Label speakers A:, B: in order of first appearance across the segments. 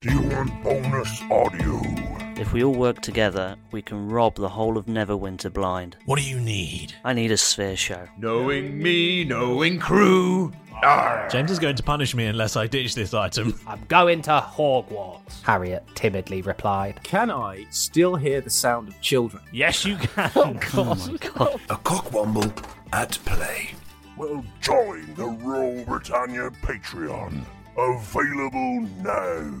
A: Do you want bonus audio?
B: If we all work together, we can rob the whole of Neverwinter blind.
C: What do you need?
B: I need a sphere show.
A: Knowing me, knowing crew. Arr.
C: James is going to punish me unless I ditch this item.
D: I'm going to Hogwarts. Harriet timidly replied.
E: Can I still hear the sound of children?
C: Yes, you can.
A: A cockwomble at play. Well, join the Royal Britannia Patreon. Available now.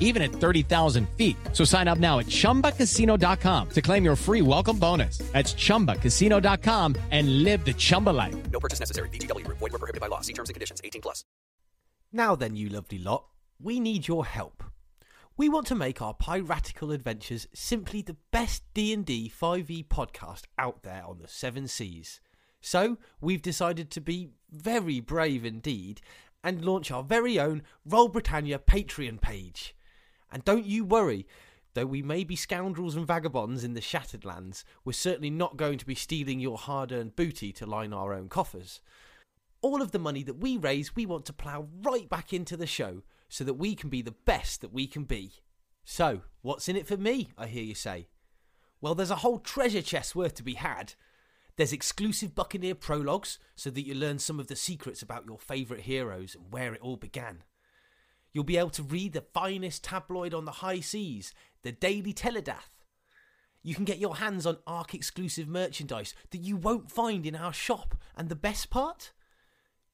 F: even at 30,000 feet. So sign up now at chumbacasino.com to claim your free welcome bonus. That's chumbacasino.com and live the Chumba life.
G: No purchase necessary. BGW. Void were prohibited by law. See terms and conditions. 18 plus.
H: Now then, you lovely lot, we need your help. We want to make our piratical adventures simply the best D&D 5e E podcast out there on the seven seas. So, we've decided to be very brave indeed and launch our very own Roll Britannia Patreon page. And don't you worry, though we may be scoundrels and vagabonds in the Shattered Lands, we're certainly not going to be stealing your hard-earned booty to line our own coffers. All of the money that we raise, we want to plough right back into the show so that we can be the best that we can be. So, what's in it for me, I hear you say? Well, there's a whole treasure chest worth to be had. There's exclusive Buccaneer prologues so that you learn some of the secrets about your favourite heroes and where it all began. You'll be able to read the finest tabloid on the high seas, the Daily Teledath. You can get your hands on ARC exclusive merchandise that you won't find in our shop, and the best part?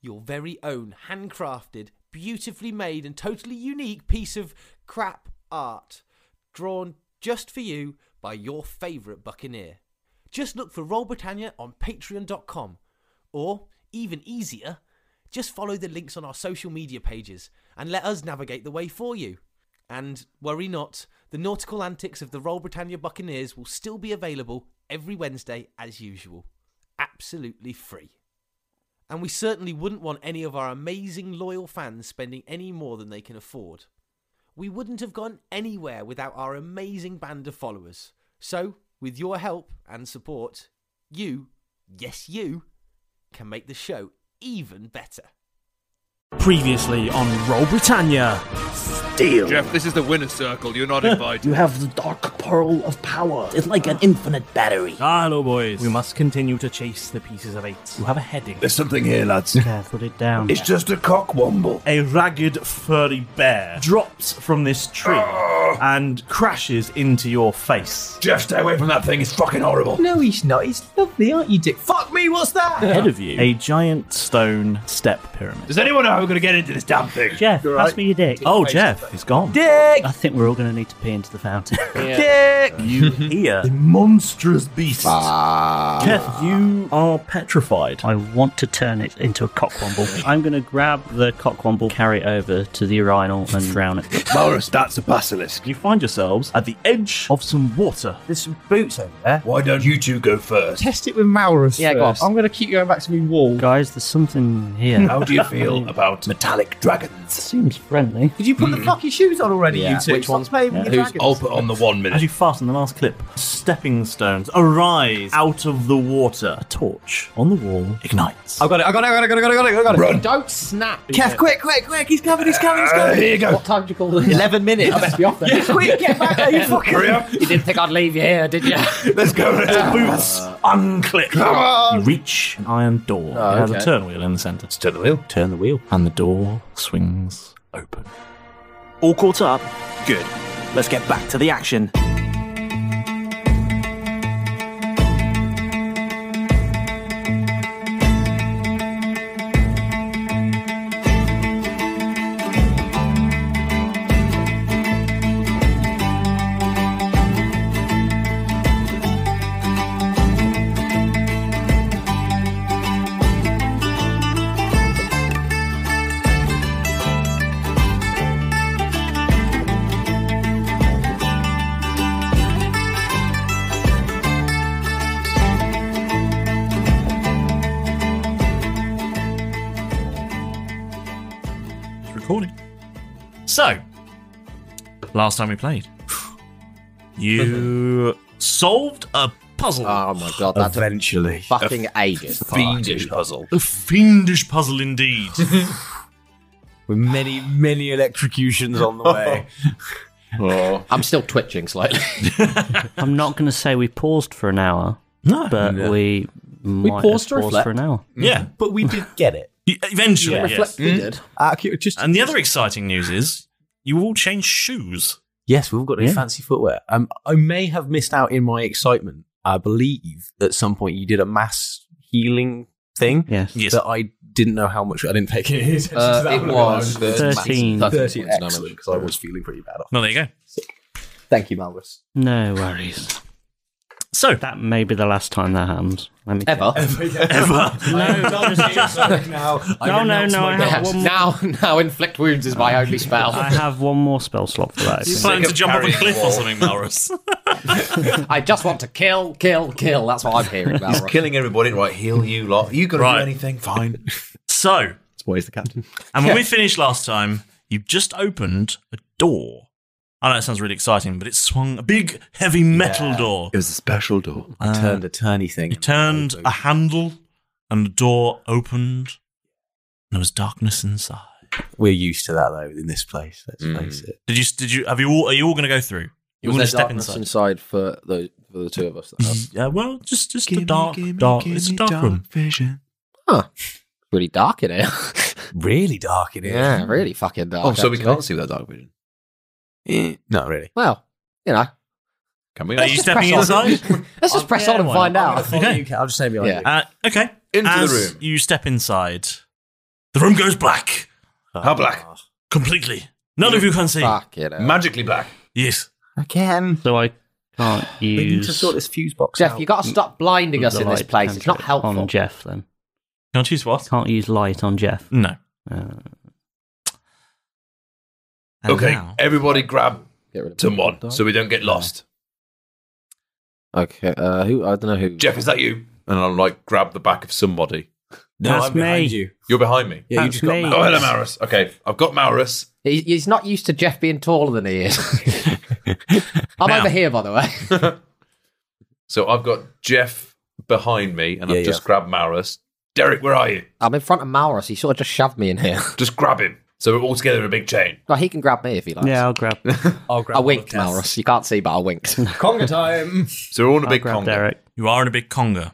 H: your very own handcrafted, beautifully made, and totally unique piece of crap art, drawn just for you by your favourite buccaneer. Just look for Roll Britannia on patreon.com, or even easier, just follow the links on our social media pages and let us navigate the way for you. And worry not, the nautical antics of the Royal Britannia Buccaneers will still be available every Wednesday as usual. Absolutely free. And we certainly wouldn't want any of our amazing loyal fans spending any more than they can afford. We wouldn't have gone anywhere without our amazing band of followers. So, with your help and support, you, yes, you, can make the show even better.
I: Previously on Roll Britannia.
J: Deal. Jeff, this is the winner's circle. You're not invited.
K: You have the dark pearl of power. It's like an infinite battery.
I: Ah, hello, boys. We must continue to chase the pieces of eight. You have a heading.
L: There's something here, lads.
B: There, put it down.
L: It's just a cockwomble.
I: A ragged, furry bear drops from this tree and crashes into your face.
L: Jeff, Ah. stay away from that thing. It's fucking horrible.
E: No, he's not. He's lovely, aren't you, Dick? Fuck me, what's that?
I: Ahead of you, a giant stone step pyramid.
L: Does anyone know how we're gonna get into this damn thing?
B: Jeff,
E: You're
B: pass
E: right.
B: me your dick.
I: Oh, Jeff, he's gone.
E: Dick!
B: I think we're all going to need to pee into the fountain.
E: Dick!
I: You hear.
L: A monstrous beast.
I: Jeff, you are petrified.
B: I want to turn it into a cockwomble. I'm going to grab the cockwomble, carry it over to the urinal, and drown it.
L: Morris, that's a basilisk.
I: dusk, you find yourselves at the edge of some water. There's some boots over there. Why don't you two go first?
M: Test it with Malrus.
I: Yeah, go on.
M: first. I'm going to keep going back to my wall.
B: Guys, there's something here.
M: How do you feel
I: about metallic dragons?
B: Seems friendly.
E: Did you put
M: Hmm.
E: the fucking shoes on already, you two? Stop playing with your dragons.
I: put on the one minute. As you fasten the last clip, stepping stones arise out of the water. A torch on the wall ignites.
M: I've got it. I got it. I got it. I got it. I got it. I got it.
I: Run.
M: Don't snap.
E: Kev, quick, quick, quick! He's coming! He's coming! He's
M: Uh,
E: coming!
M: here you go.
E: What time do you call this? Eleven minutes. I best be off Yeah, quick, get back there! You fucking.
M: You didn't think I'd leave you here, did you?
I: Let's go. Boots unclick.
M: Come on.
I: You reach an iron door.
M: Oh,
I: it has
M: okay.
I: a turn wheel in the centre. Let's turn the wheel. Turn the wheel. And the door swings open.
N: All caught up? Good. Let's get back to the action.
I: It's recording. So, last time we played, you solved a puzzle. Oh
O: my god! That took
I: Eventually.
O: fucking ages.
I: fiendish
O: puzzle.
I: A fiendish puzzle indeed.
O: With many, many electrocutions on the way. I'm still twitching slightly.
B: I'm not going to say we paused for an hour. No. But we might have
O: paused to reflect.
B: for an hour.
I: Yeah,
O: but we did get it. Hmm?
I: Eventually,
O: Yeah.
I: yes.
O: Reflect- we did.
I: and the other exciting news is you all changed shoes.
O: Yes, we've all got new
I: Yeah.
O: fancy footwear. Um, I may have missed out in my excitement. I believe at some point you did a mass healing thing.
B: Yes.
I: yes.
O: That I didn't know how much. I didn't take any attention to
M: Uh,
O: that
M: it
O: one.
M: was
O: I didn't-
M: 13.
O: 13
M: 13
O: points damage because I was feeling pretty bad.
I: Well, there you go.
O: Thank you, Malrus.
B: No worries.
I: So
B: that may be the last time that happens. Let me
O: Ever.
B: check.
O: now.
B: No, no, no, I have one more.
M: Now, now, inflict wounds is my only spell.
B: I have one more spell slot for that. I
M: You
B: think.
M: plan to jump off a cliff or something,
I: Malrus?
M: I just want to kill, kill, kill. That's what I'm hearing about.
P: He's killing everybody. Right, heal you lot. You got to
I: Right.
P: do anything? Fine.
I: So,
O: Spoiler's the captain.
I: and when we finished last time, you just opened a door. I know it sounds really exciting, but it swung a big, heavy metal door.
O: It was a special door. I
I: Uh,
O: turned a turny thing.
I: You turned a handle, and the door opened. There was darkness inside.
O: We're used to that though in this place. Let's
I: Mm.
O: face it.
I: Did you? Did you? Have you all? Are you all going to go through? You
O: Was
I: all
O: there
I: gonna step
O: darkness
I: inside.
O: inside
I: for the
O: for the two of us.
I: Yeah, well, just just a dark, dark. it's a dark, room.
P: Vision.
M: Huh. Really dark in here.
O: really dark in here.
M: Yeah, really fucking dark.
P: Oh, so we
M: actually.
P: can't see that dark vision.
O: Not really.
M: Well, you know.
P: Can we?
M: Are you stepping inside? Let's just press on and find out.
O: Okay. I'll just say behind
I: Uh, okay.
O: Into the
I: As
O: room.
I: You step inside. The room goes black.
P: How black?
I: Completely. None of you can see.
P: Magically black.
I: Yes.
M: Again.
B: So I can't use.
O: fuse box.
M: Jeff, you got to stop blinding us
B: the
M: in this
B: light
M: place. It's not
B: cantrip
M: helpful.
B: On Jeff, then.
I: Can't use what?
B: Can't use light on Jeff. Uh,
I: No.
P: okay, everybody grab
O: of
P: someone
O: the dog.
P: so we don't get lost.
O: Okay. Uh, who? I don't know who.
P: Jeff, is that you? And I'm like, grab the back of somebody.
O: No, That's I'm behind me. you.
P: You're behind me.
O: Yeah, you That's just got me. Maurus.
P: Oh, hello, Maurus. Okay, I've got Maurus.
M: He- He's not used to Jeff being taller than he is. I'm over here, by the way.
P: So I've got Jeff behind me, and I've just grabbed Maurus. Derek, where are you?
M: I'm in front of Maurus. He sort of just shoved me in here.
P: Just grab him. So we're all together in a big chain.
M: Well, he can grab me if he likes.
B: Yeah, I'll grab.
O: I'll
M: I winked, Maurus. You can't see, but I winked.
O: Conga time.
P: So we're all in a big
I: conga.
B: Derek.
I: You are in a big conga.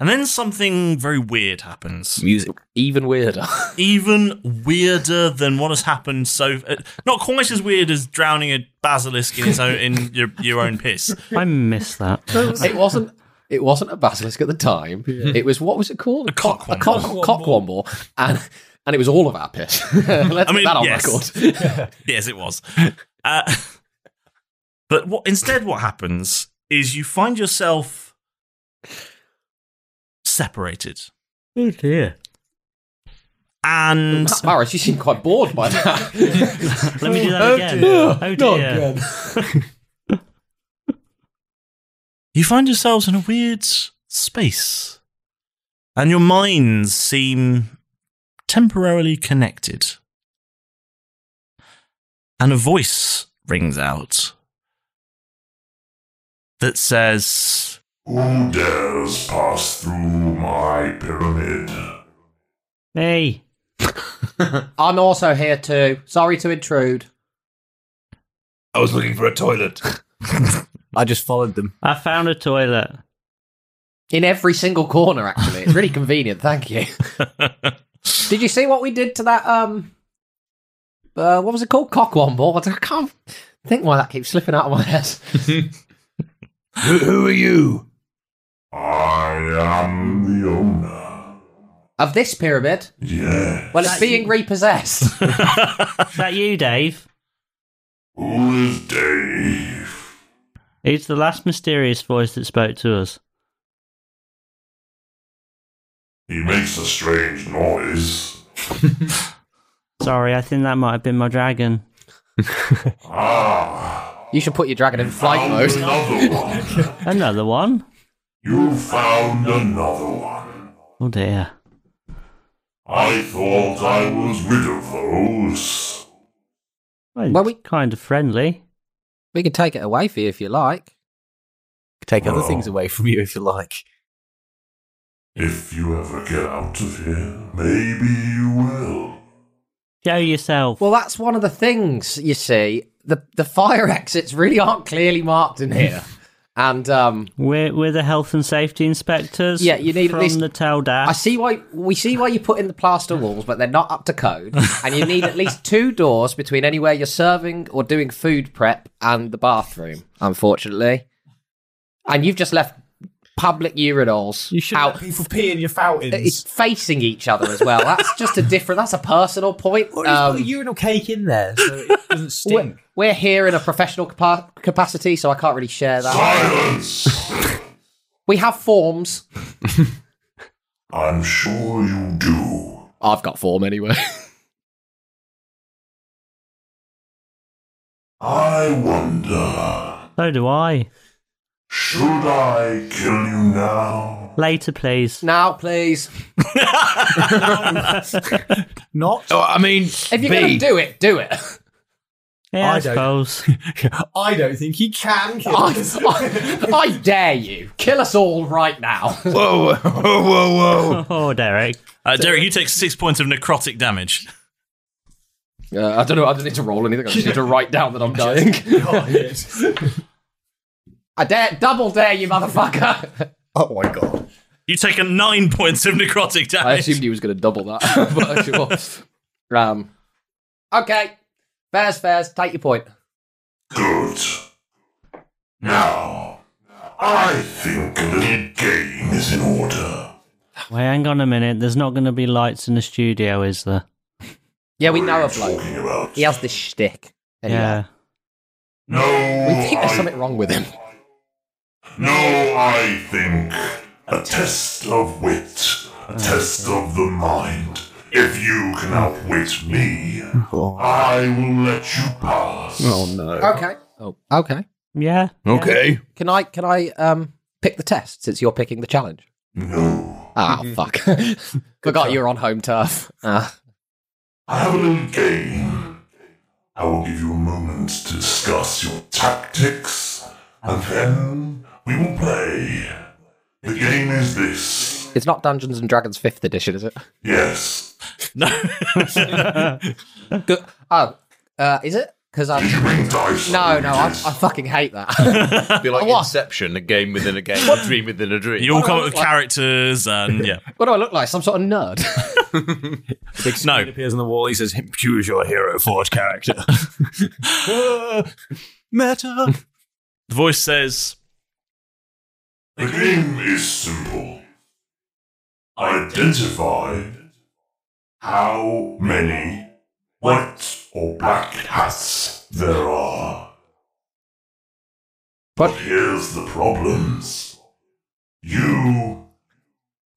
I: And then something very weird happens.
O: Music. Even weirder.
I: Even weirder than what has happened so uh, not quite as weird as drowning a basilisk in its own in your, your own piss.
B: I miss that.
M: it wasn't. It wasn't a basilisk at the time. It was what was it called? A cock, a cock, cockwomble. and and it was all of our piss. Let's
I: I mean,
M: put that on
I: yes.
M: record.
I: yes, it was. Uh, but what instead what happens is you find yourself separated.
B: Oh dear.
I: And
M: Maris, you seem quite bored by that.
B: Let me do that
M: Oh,
B: again.
M: dear.
B: Oh
M: Not
B: dear.
I: you find yourselves in a weird space, and your minds seem temporarily connected. And a voice rings out that says,
P: Oh,
Q: Who dares pass through my pyramid?
B: Me.
M: I'm also here too. Sorry to intrude.
P: I was looking for a toilet.
O: I just followed them.
B: I found a toilet.
M: In every single corner, actually. It's really convenient, thank you. did you see what we did to that um uh, what was it called? Cockwomble? I can't think why that keeps slipping out of my head.
Q: Who, who are you?
M: I am the owner. Of this pyramid?
Q: Yeah.
M: Well it's being repossessed.
B: Is that you, Dave?
Q: Who is Dave?
B: It's the last mysterious voice that spoke to us.
Q: He makes a strange noise.
B: Sorry, I think that might have been my dragon.
Q: Ah.
M: you should put your dragon in flight
Q: Found another one.
B: Another one?
Q: You found another one.
B: Oh dear.
Q: I thought I was rid of those.
B: Well, it's kind of friendly.
M: We can take it away for you if you like.
O: Take other
Q: Well.
O: things away from you if you like.
Q: If you ever get out of here, maybe you will.
B: Show yourself.
M: Well that's one of the things, you see. The the fire exits really aren't clearly marked in here. and um
B: We're, we're the health and safety inspectors.
M: Yeah, you need
B: from
M: at least
B: the tail down.
M: I see why we see why you put in the plaster walls, but they're not up to code, and you need at least two doors between anywhere you're serving or doing food prep and the bathroom, unfortunately. And you've just left public urinals you should out.
O: people pee in your fountains.
M: It's facing each other as well. That's just a different. That's a personal point. Um,
O: urinal cake in there, so it doesn't stink.
M: we're here in a professional capa- capacity, so I can't really share that.
Q: Silence!
M: We have forms.
Q: I'm sure you do.
M: I've got form anyway.
Q: I wonder,
B: So do I.
Q: should I kill you now?
B: Later, please.
M: Now, please.
O: Not.
P: Oh, I mean,
M: if you're going to do it, do it.
B: Yeah, I,
O: I don't-
B: suppose.
O: I don't think he can kill
M: I,
O: us.
M: I- I dare you. Kill us all right now.
P: Whoa, whoa, whoa,
B: whoa. oh, Derek.
I: Uh, Derek, you take six points of necrotic damage.
M: Uh, I don't know. I don't need to roll anything. I just need to write down that I'm dying. I dare, double dare you, motherfucker.
O: Oh my god.
I: You take a nine points of necrotic damage.
M: I assumed he was going to double that. but sure. Um, okay. Fair's fair's. Take your point.
Q: Good. Now, I think a little game is in order.
B: Wait, hang on a minute. There's not going to be lights in the studio, is there?
M: Yeah, we know a bloke. He has this shtick. Anyway.
B: Yeah.
M: We think there's something wrong with him.
Q: No, I think a test of wit, a test of the mind. If you can outwit me,
M: Oh,
Q: I will let you pass.
O: Oh no.
M: Okay. Oh, okay.
B: Yeah.
P: Okay.
M: Can I can I um pick the test since you're picking the challenge?
Q: No.
M: Ah, fuck. Forgot you were on home turf. Ah.
Q: I have a little game. I will give you a moment to discuss your tactics, and then we will play. The game is this.
M: It's not Dungeons and Dragons 5th edition, is it?
Q: Yes.
M: Good. Oh, uh, is it? Because I'm. No, no, I, I fucking hate that.
P: It'd be like
M: What?
P: Inception, a game within a game, a dream within a dream.
I: You all come up with characters and yeah.
M: what do I look like? Some sort of nerd.
I: no.
O: appears on the wall. He says, "Choose your hero forge character." Meta.
I: The voice says,
Q: The game is simple. Identify how many white or black hats there are. But here's the problems. You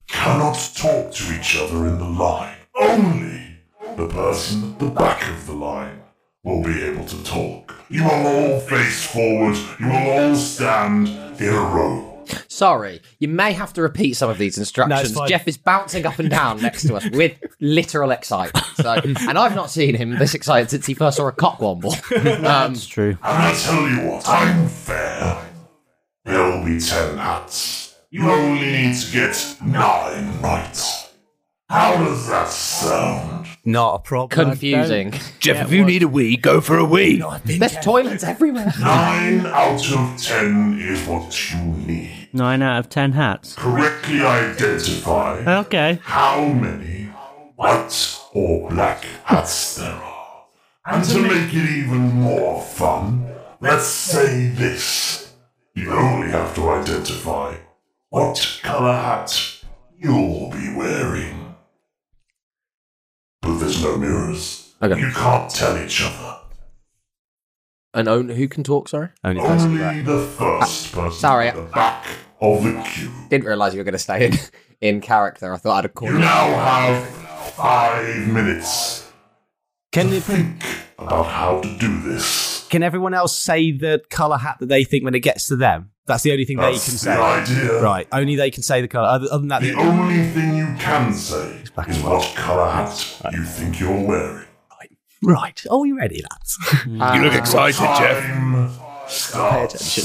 Q: cannot talk to each other in the line. Only person at the back of the line will be able to talk. You will all face forward, you will all stand in a row.
M: Sorry, you may have to repeat some of these instructions.
E: fine.
M: Jeff is bouncing up and down next to us with literal excitement. So, and I've not seen him this excited since he first saw a cock womble. Um,
B: That's true.
Q: And I tell you what, I'm fair. There will be ten hats. You only need to get nine right. How does that sound?
O: Not a problem.
Q: Confusing.
A: Jeff, if you need a wee, go for a wee.
M: There's toilets everywhere.
Q: Nine out of ten is what you need.
B: Nine out of ten hats.
Q: Correctly identify
B: Okay.
Q: how many white or black hats there are. And to make it even more fun, let's say this. You only have to identify what colour hat you'll be wearing. But there's no mirrors.
M: Okay.
Q: You can't tell each other.
M: and own, who can talk, sorry?
O: Only
Q: Only the first person
M: Ah, Sorry.
Q: at the back of the queue.
M: Didn't realise you were going to stay in, in character. I thought I'd have called
Q: You now have five minutes.
O: Can you think
Q: about how to do this?
O: Can everyone else say the colour hat that they think when it gets to them? That's the only thing they
Q: That's
O: can
Q: the
O: say.
Q: idea.
O: Right, only they can say the colour. Other, other than that,
Q: The only thing you can say is what colour hat you think you're wearing.
O: Right, are we Oh, ready, lads?
Q: You
M: Ah.
Q: look excited, Jeff.
O: Pay attention.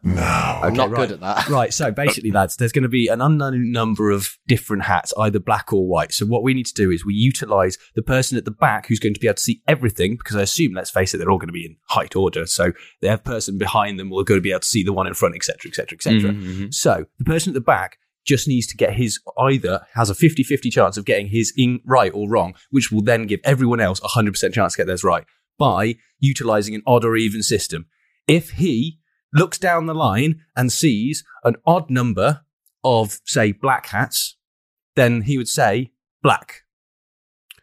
Q: No,
O: I'm
M: not good at that.
O: Right, so basically, lads, there's going to be an unknown number of different hats, either black or white. So what we need to do is we utilise the person at the back who's going to be able to see everything, because I assume, let's face it, they're all going to be in height order. So their person behind them will go to be able to see the one in front, etc., etc., etc.
M: Mm-hmm,
H: Mhm.
O: So the person at the back just needs to get his either has a 50-50 chance of getting his in right or wrong, which will then give everyone else a 100% chance to get theirs right by utilizing an odd or even system. If he looks down the line and sees an odd number of, say, black hats, then he would say black.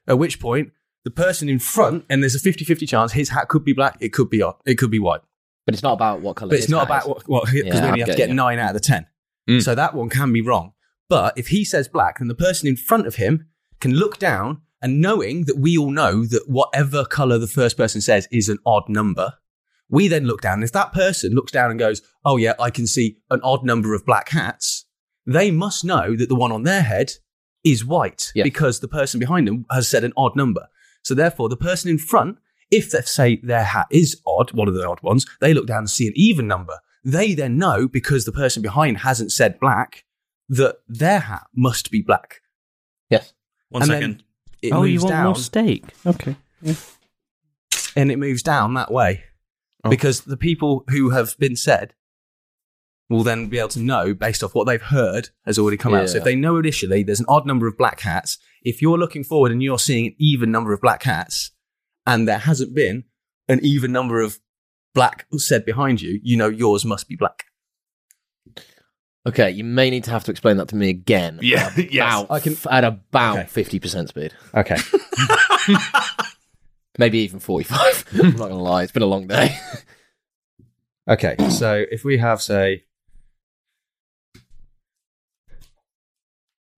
O: At which point, the person in front, and there's a 50 50 chance his hat could be black, it could be odd, it could be white.
M: But it's not about what colour
O: But it's
M: his
O: not
M: hat
O: about
M: is.
O: what, because
M: Yeah,
O: we
M: I'm
O: only have to
M: getting
O: get
M: you. Mm.
O: nine out of the 10. So that one can be wrong. But if he says black, then the person in front of him can look down and knowing that we all know that whatever color the first person says is an odd number, we then look down. And if that person looks down and goes, oh, yeah, I can see an odd number of black hats, they must know that the one on their head is white because the person behind them has said an odd number. So therefore, the person in front, if they say their hat is odd, one of the odd ones, they look down and see an even number. They then know because the person behind hasn't said black that their hat must be black.
M: Yes.
I: One
O: and
I: second.
O: then It
B: oh, you
O: moves
B: want
O: down
B: more steak? Okay.
O: and it moves down that way
M: Oh.
O: because the people who have been said will then be able to know based off what they've heard has already come out. So
H: Yeah.
O: if they know initially there's an odd number of black hats, if you're looking forward and you're seeing an even number of black hats and there hasn't been an even number of black said behind you, you know yours must be black.
M: Okay, you may need to have to explain that to me again.
O: Yeah,
M: About, yes. I can at about fifty percent speed.
O: Okay.
M: Maybe even forty-five. I'm not gonna lie, it's been a long day.
O: Okay, so if we have say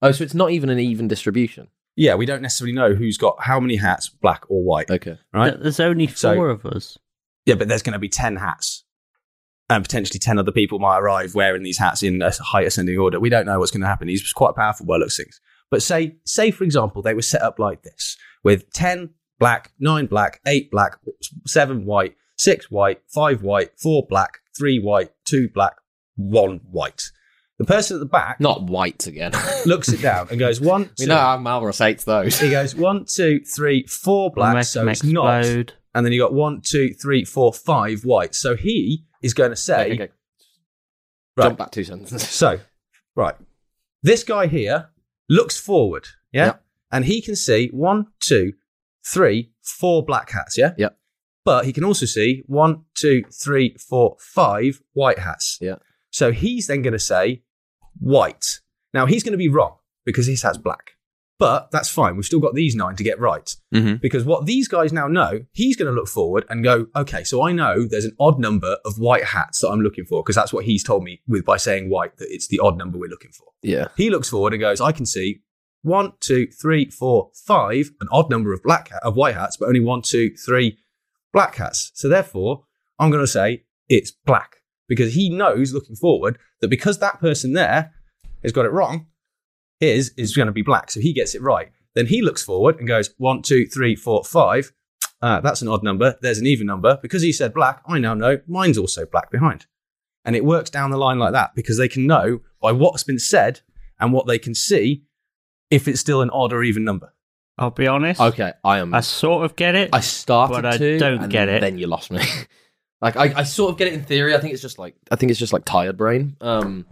M: Oh, so it's not even an even distribution.
O: Yeah, we don't necessarily know who's got how many hats, black or white.
M: Okay.
O: Right?
B: Th- there's only four of us.
O: Yeah, but there's going to be 10 hats. And potentially 10 other people might arrive wearing these hats in a height ascending order. We don't know what's going to happen. These are quite powerful by the looks of things. But say, say, for example, they were set up like this with 10 black, 9 black, 8 black, 7 white, 6 white, 5 white, 4 black, 3 white, 2 black, 1 white. The person at the back.
M: Not white again.
O: looks it down and goes, 1, 2.
M: We know how Malrus hates those.
O: He goes one, two, three, four black,
M: Make
O: so
M: them
O: it's not. And then you got one, two, three, four, five white. So he is going to say,
M: Jump back two sentences.
O: So, right, this guy here looks forward, yeah, and he can see one, two, three, four black hats, yeah,
M: yeah.
O: But he can also see one, two, three, four, five white hats,
M: yeah.
O: So he's then going to say white. Now he's going to be wrong because his hat's black. But that's fine. We've still got these nine to get right. Because what these guys now know, he's going to look forward and go, okay, so I know there's an odd number of white hats that I'm looking for because that's what he's told me with by saying white that it's the odd number we're looking for.
M: Yeah.
O: He looks forward and goes, I can see one, two, three, four, five, an odd number of black hat, of white hats, but only one, two, three black hats. So therefore, I'm going to say it's black because he knows looking forward that because that person there has got it wrong, his is going to be black. So he gets it right. Then he looks forward and goes one, two, three, four, five. Uh, that's an odd number. There's an even number. Because he said black, I now know mine's also black behind. And it works down the line like that because they can know by what's been said and what they can see if it's still an odd or even number.
B: I'll be honest.
M: Okay, I am.
B: I sort of get it.
M: I started
B: but I
M: to,
B: don't
M: and
B: get it.
M: Then you lost me. like I, I sort of get it in theory. I think it's just like I think it's just like tired brain. Um,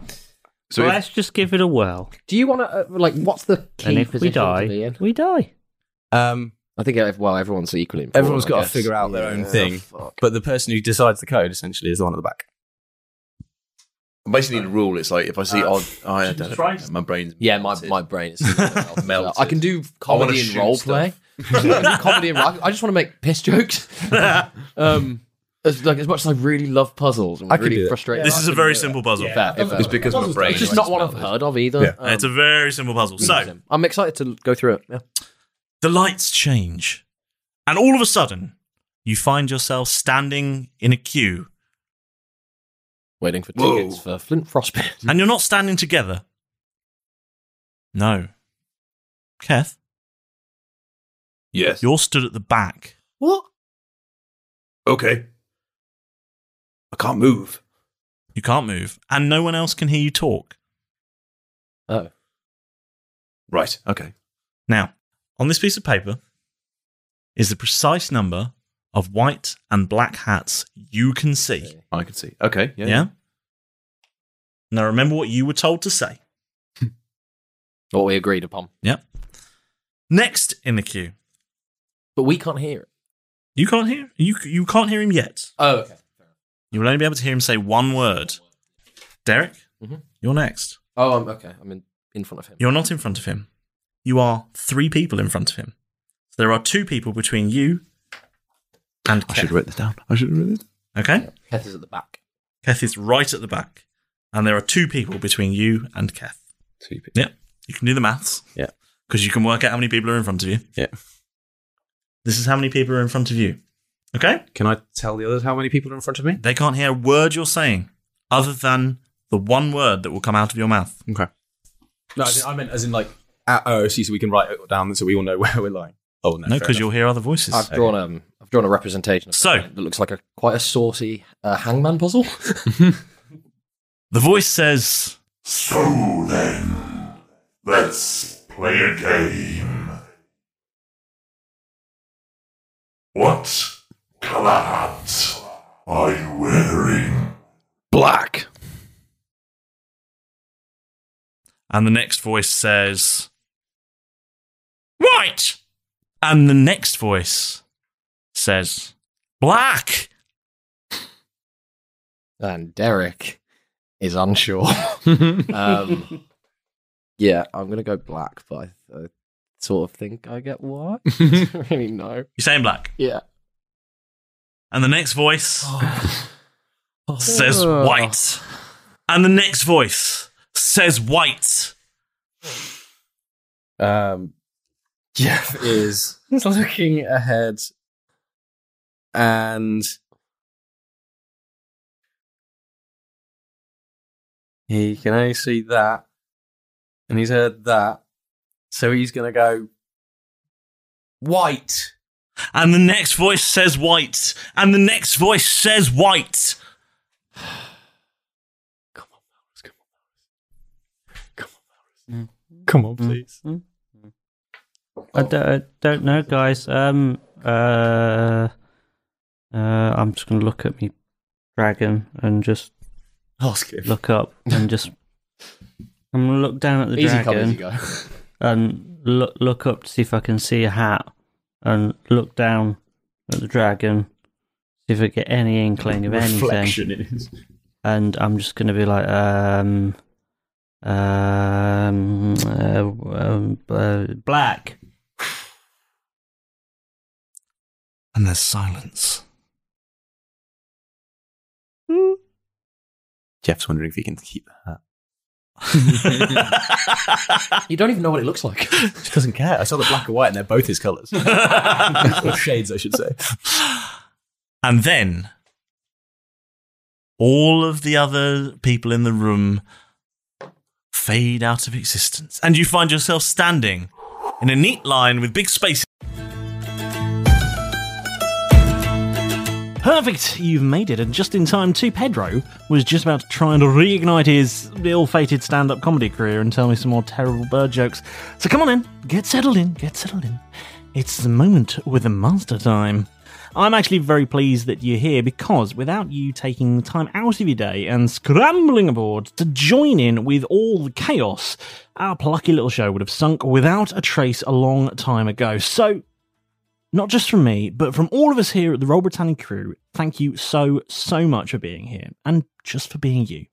B: So Well, if- let's just give it a whirl.
M: Do you want to uh, like what's the key
B: And if we
M: position
B: die,
M: to be in?
B: we die.
O: Um,
M: I think uh, well everyone's equally. Important,
O: Everyone's
M: I
O: got to
M: guess.
O: figure out their own
M: Yeah,
O: thing.
M: fuck.
O: But the person who decides the code essentially is the one at the back.
P: Basically, the rule it's like if I see
M: Uh,
P: odd, I
M: Jesus
P: don't know,
M: Christ.
P: my brain's
M: Yeah, my, my brain is
P: melted.
M: I can do comedy and role play. I can do comedy and ro- I just want to make piss jokes. um, as, like as much as I really love puzzles, I'm
I: I could do
M: really
I: that.
M: frustrated.
I: This
M: I
I: is a
M: can
I: very
M: do
I: simple
M: that.
I: puzzle.
M: Fair,
I: Yeah.
M: fair.
I: It's because my Puzzles brain
M: It's just not one I've heard of either. Um,
I: And it's a very simple puzzle. So
M: I'm excited to go through it. Yeah.
I: the lights change, and all of a sudden, you find yourself standing in a queue,
M: waiting for
I: Whoa.
M: tickets for Flint Frostbite.
I: and you're not standing together. No, Keth.
P: Yes,
I: you're stood at the back.
H: What?
P: Okay. I can't move.
I: You can't move, and no one else can hear you talk.
M: Oh.
P: Right. Okay.
I: Now, on this piece of paper is the precise number of white and black hats you can see.
P: I can see. Okay. Yeah.
I: Yeah. Now remember what you were told to say.
M: what we agreed upon.
I: Yep. Next in the queue.
M: But we can't hear it.
I: You can't hear you you can't hear him yet.
M: Oh, okay.
I: You will only be able to hear him say one word. Derek,
M: Mhm.
I: you're next.
M: Oh, I'm okay. I'm in, in front of him.
I: You're not in front of him. You are three people in front of him. So there are two people between you and I should
P: write this down. I should have written it.
I: Okay.
M: Keth is at the back.
I: Keth is right at the back. And there are two people between you and Keth.
P: Two people.
I: Yep. You can do the maths.
O: Yeah.
I: Because you can work out how many people are in front of you.
O: Yeah.
I: This is how many people are in front of you. Okay?
O: Can I tell the others how many people are in front of me?
I: They can't hear a word you're saying other than the one word that will come out of your mouth.
O: Okay. No, I, think- I meant as in like. Uh, oh, see, so we can write it down so we all know where we're lying. Oh no,
I: No,
O: fair
I: 'cause
O: enough.
I: you'll hear other voices.
M: I've drawn um, I've drawn a representation of so that looks like a quite a saucy uh, hangman puzzle.
I: The voice says,
Q: So then, let's play a game. What colour hat are you wearing?
P: Black.
I: And the next voice says, White! And the next voice says, Black!
M: and Derek is unsure. um, yeah, I'm gonna go black, but I, I sort of think I get white. I don't really know.
I: You're saying black.
M: Yeah.
I: And the next voice says
M: Oh.
I: white. And the next voice says white.
H: Um, Jeff is looking ahead and he can only see that and he's heard that. So he's going to go white.
I: And the next voice says white. And the next voice says white.
H: Come on, please.
B: I,
H: Oh.
B: don't, I don't know, guys. Um, uh, uh, I'm just going to look at me dragon and just
H: Ask him.
B: look up and just. I'm going to look down at the
H: Easy
B: dragon
H: come, easy go.
B: and look look up to see if I can see a hat, and look down at the dragon, see if I get any inkling of
H: Reflection
B: anything.
H: it is.
B: And I'm just going to be like, um, um, uh, um uh, black.
I: And there's silence.
O: Jeff's wondering if he can keep that.
M: you don't even know what it looks like.
O: She doesn't care. I saw the black and white, and they're both his colours. or shades, I should say.
R: And then all of the other people in the room fade out of existence, and you find yourself standing in a neat line with big spaces.
I: Perfect, you've made it, and just in time too. Pedro was just about to try and reignite his ill-fated stand-up comedy career and tell me some more terrible bird jokes. So come on in, get settled in, get settled in. It's the moment with the master time. I'm actually very pleased that you're here because without you taking the time out of your day and scrambling aboard to join in with all the chaos, our plucky little show would have sunk without a trace a long time ago. So not just from me, but from all of us here at the Royal Britannia crew, thank you so, so much for being here and just for being you.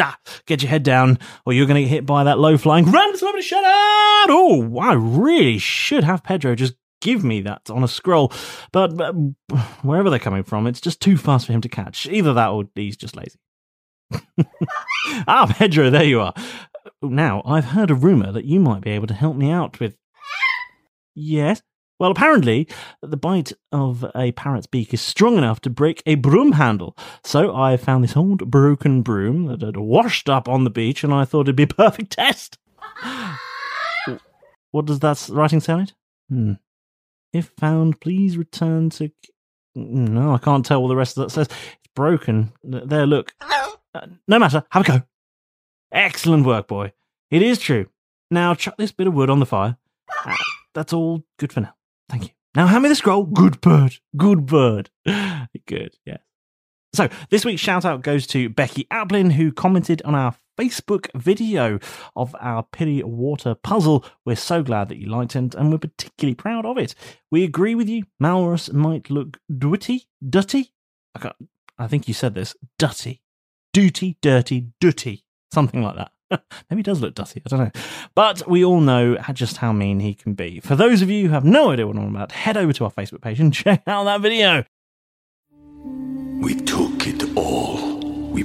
I: Ah, get your head down or you're going to get hit by that low flying grand celebrity shout out. Oh, I really should have Pedro just give me that on a scroll. But, but wherever they're coming from, it's just too fast for him to catch. Either that or he's just lazy. ah, Pedro, there you are. Now, I've heard a rumour that you might be able to help me out with Yes. Well, apparently, the bite of a parrot's beak is strong enough to break a broom handle. So I found this old broken broom that had washed up on the beach, and I thought it'd be a perfect test. what does that s- writing sound? Hmm. If found, please return to. c- mm, No, I can't tell what the rest of that says. It's broken. Th- There, look. Uh, no matter. Have a go. Excellent work, boy. It is true. Now chuck this bit of wood on the fire. Uh, that's all good for now. Thank you. Now hand me the scroll. Good bird. Good bird. Good. Yeah. So this week's shout out goes to Becky Ablin, who commented on our Facebook video of our Piri Water puzzle. We're so glad that you liked it, and we're particularly proud of it. We agree with you. Malrus might look dutty, dutty. I, can't, I think you said this, dutty, duty, dirty, dutty, something like that. Maybe he does look dutty, I don't know. But we all know just how mean he can be. For those of you who have no idea what I'm about, head over to our Facebook page and check out that video.
L: We took it all. We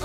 S: A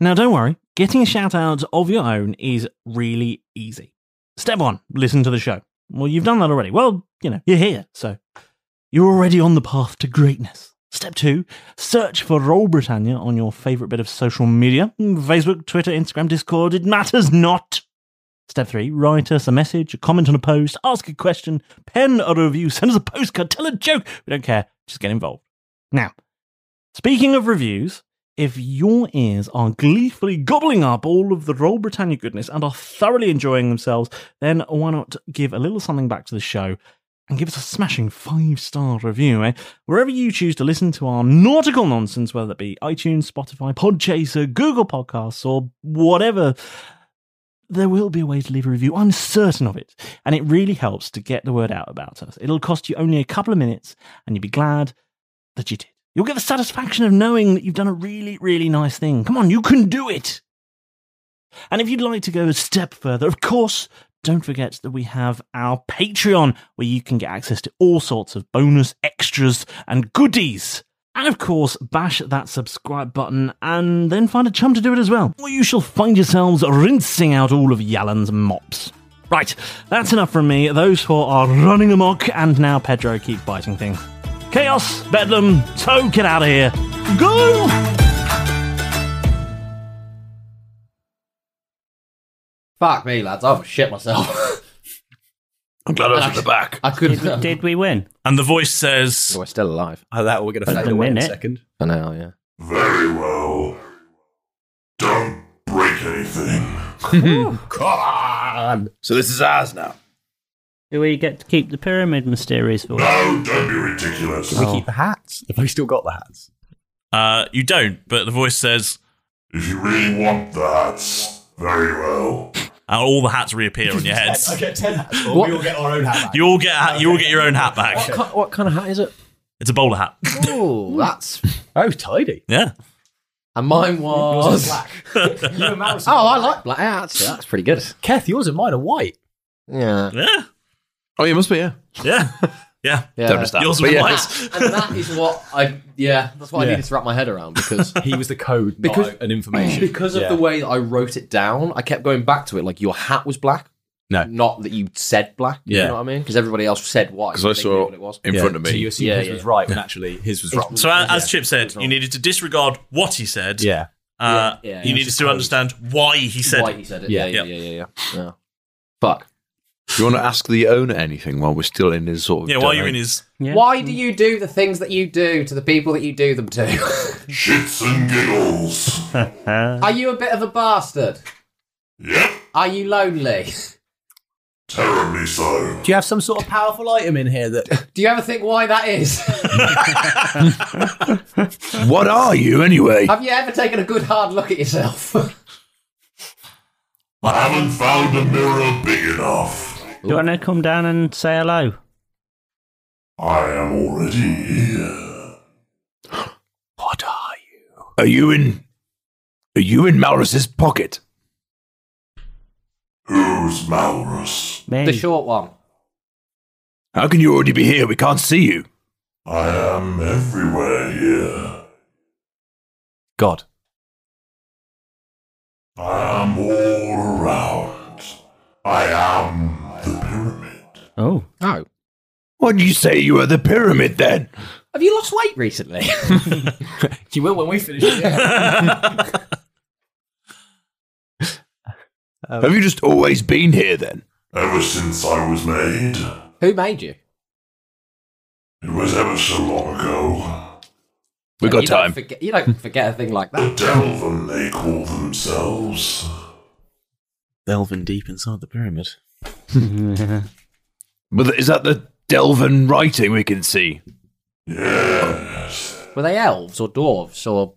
I: Now, don't worry, getting a shout out of your own is really easy. Step one, listen to the show. Well, you've done that already. Well, you know, you're here, so you're already on the path to greatness. Step two, search for Roll Britannia on your favourite bit of social media Facebook, Twitter, Instagram, Discord, it matters not. Step three, write us a message, a comment on a post, ask a question, pen a review, send us a postcard, tell a joke. We don't care, just get involved. Now, Speaking of reviews, if your ears are gleefully gobbling up all of the Royal Britannia goodness and are thoroughly enjoying themselves, then why not give a little something back to the show and give us a smashing five star review? Eh? Wherever you choose to listen to our nautical nonsense, whether it be iTunes, Spotify, Podchaser, Google Podcasts, or whatever there will be a way to leave a review. I'm certain of it. And it really helps to get the word out about us. It'll cost you only a couple of minutes, and you'll be glad that you did. You'll get the satisfaction of knowing that you've done a really, really nice thing. Come on, you can do it.
T: And if you'd like to go a step further, of course, don't forget that we have our Patreon, where you can get access to all sorts of bonus extras and goodies. And of course, bash that subscribe button and then find a chum to do it as well, or you shall find yourselves rinsing out all of Yalan's mops. Right, that's enough from me. Those four are running amok, and now Pedro keep biting things. Chaos, Bedlam, so get out of here. Go!
M: Fuck me, lads. I've shit myself.
I: I'm glad I was at the back.
M: I couldn't.
B: Did, did we win?
I: And the voice says,
M: "We're still alive."
O: Oh, that we're going to
B: At
O: fade
B: the
O: away in a
B: minute.
O: second.
M: For now, yeah.
Q: Very well. Don't break anything.
O: Con.
C: So this is ours now.
B: Do we get to keep the pyramid mysteries for Oh. no,
Q: Don't be ridiculous.
B: Can we keep
O: the hats? Have I still got the hats?
I: Uh, you don't, but the voice says,
Q: If you really want the hats, very well.
I: And all the hats reappear on your heads.
K: I get ten hats.
I: What?
K: We all get our own hat back.
I: You all get a hat, you all get your own hat back.
K: What ki- what kind of hat is it?
I: It's a bowler hat.
M: Oh, that's
O: oh tidy.
I: Yeah.
M: And mine was
K: black.
M: oh, I like black hats. That's pretty good.
O: Keth, yours and mine are white.
M: Yeah.
I: Yeah.
C: Oh, you must be, yeah.
I: Yeah. Yeah.
M: Yeah.
C: Don't understand.
I: Yours
C: But
I: was
C: yeah.
I: white.
M: And that is what I. Yeah, that's what I
O: Yeah.
M: needed to wrap my head around because
O: He was the code, not
M: Because-
O: an information.
M: because of
O: Yeah.
M: the way that I wrote it down, I kept going back to it. Like your hat was black.
O: No.
M: not that you said black.
O: Yeah.
M: you know what I mean. Because everybody else said white.
C: Because I
M: They
C: saw
M: knew what it was.
C: in front of me.
O: So you assumed
M: Yeah,
O: his
M: yeah.
O: was right, when actually his was wrong.
I: So, a- as Chip said, you needed to disregard what he said.
O: Yeah.
I: Uh,
M: Yeah, yeah,
I: you
M: yeah.
I: needed to understand why he said
M: Why
I: it.
M: he said it. Yeah, yeah, yeah, yeah. yeah, yeah.
C: Fuck. Do you want to ask the owner anything while we're still in his sort of.
I: Yeah, while
C: domain?
I: you're in his.
M: Why do you do the things that you do to the people that you do them to?
Q: Shits and giggles.
M: Are you a bit of a bastard?
Q: Yep.
M: Are you lonely?
Q: Terribly so.
O: Do you have some sort of powerful item in here that
M: Do you ever think why that is?
C: What are you, anyway?
M: Have you ever taken a good hard look at yourself?
Q: I haven't found a mirror big enough.
B: Do you want to come down and say hello?
Q: I am already here.
C: What are you? Are you in. Are you in Malrus's pocket?
Q: Who's Malrus?
M: The short one.
C: How can you already be here? We can't see you.
Q: I am everywhere here.
O: God.
Q: I am all around. I am the pyramid.
B: Oh.
M: Oh.
C: Why do you say you are the pyramid then?
M: Have you lost weight recently?
O: you will when we finish it.
M: Um,
C: Have you just always been here then?
Q: Ever since I was made,
M: Who made you?
Q: it was ever so long ago.
C: We
M: you
C: got
M: don't
C: time.
M: forget- you don't forget a thing like that.
Q: Delvin, they call themselves.
T: Delving deep inside the pyramid.
C: But is that the Delvin writing we can see?
Q: Yes.
M: Were they elves or dwarves or,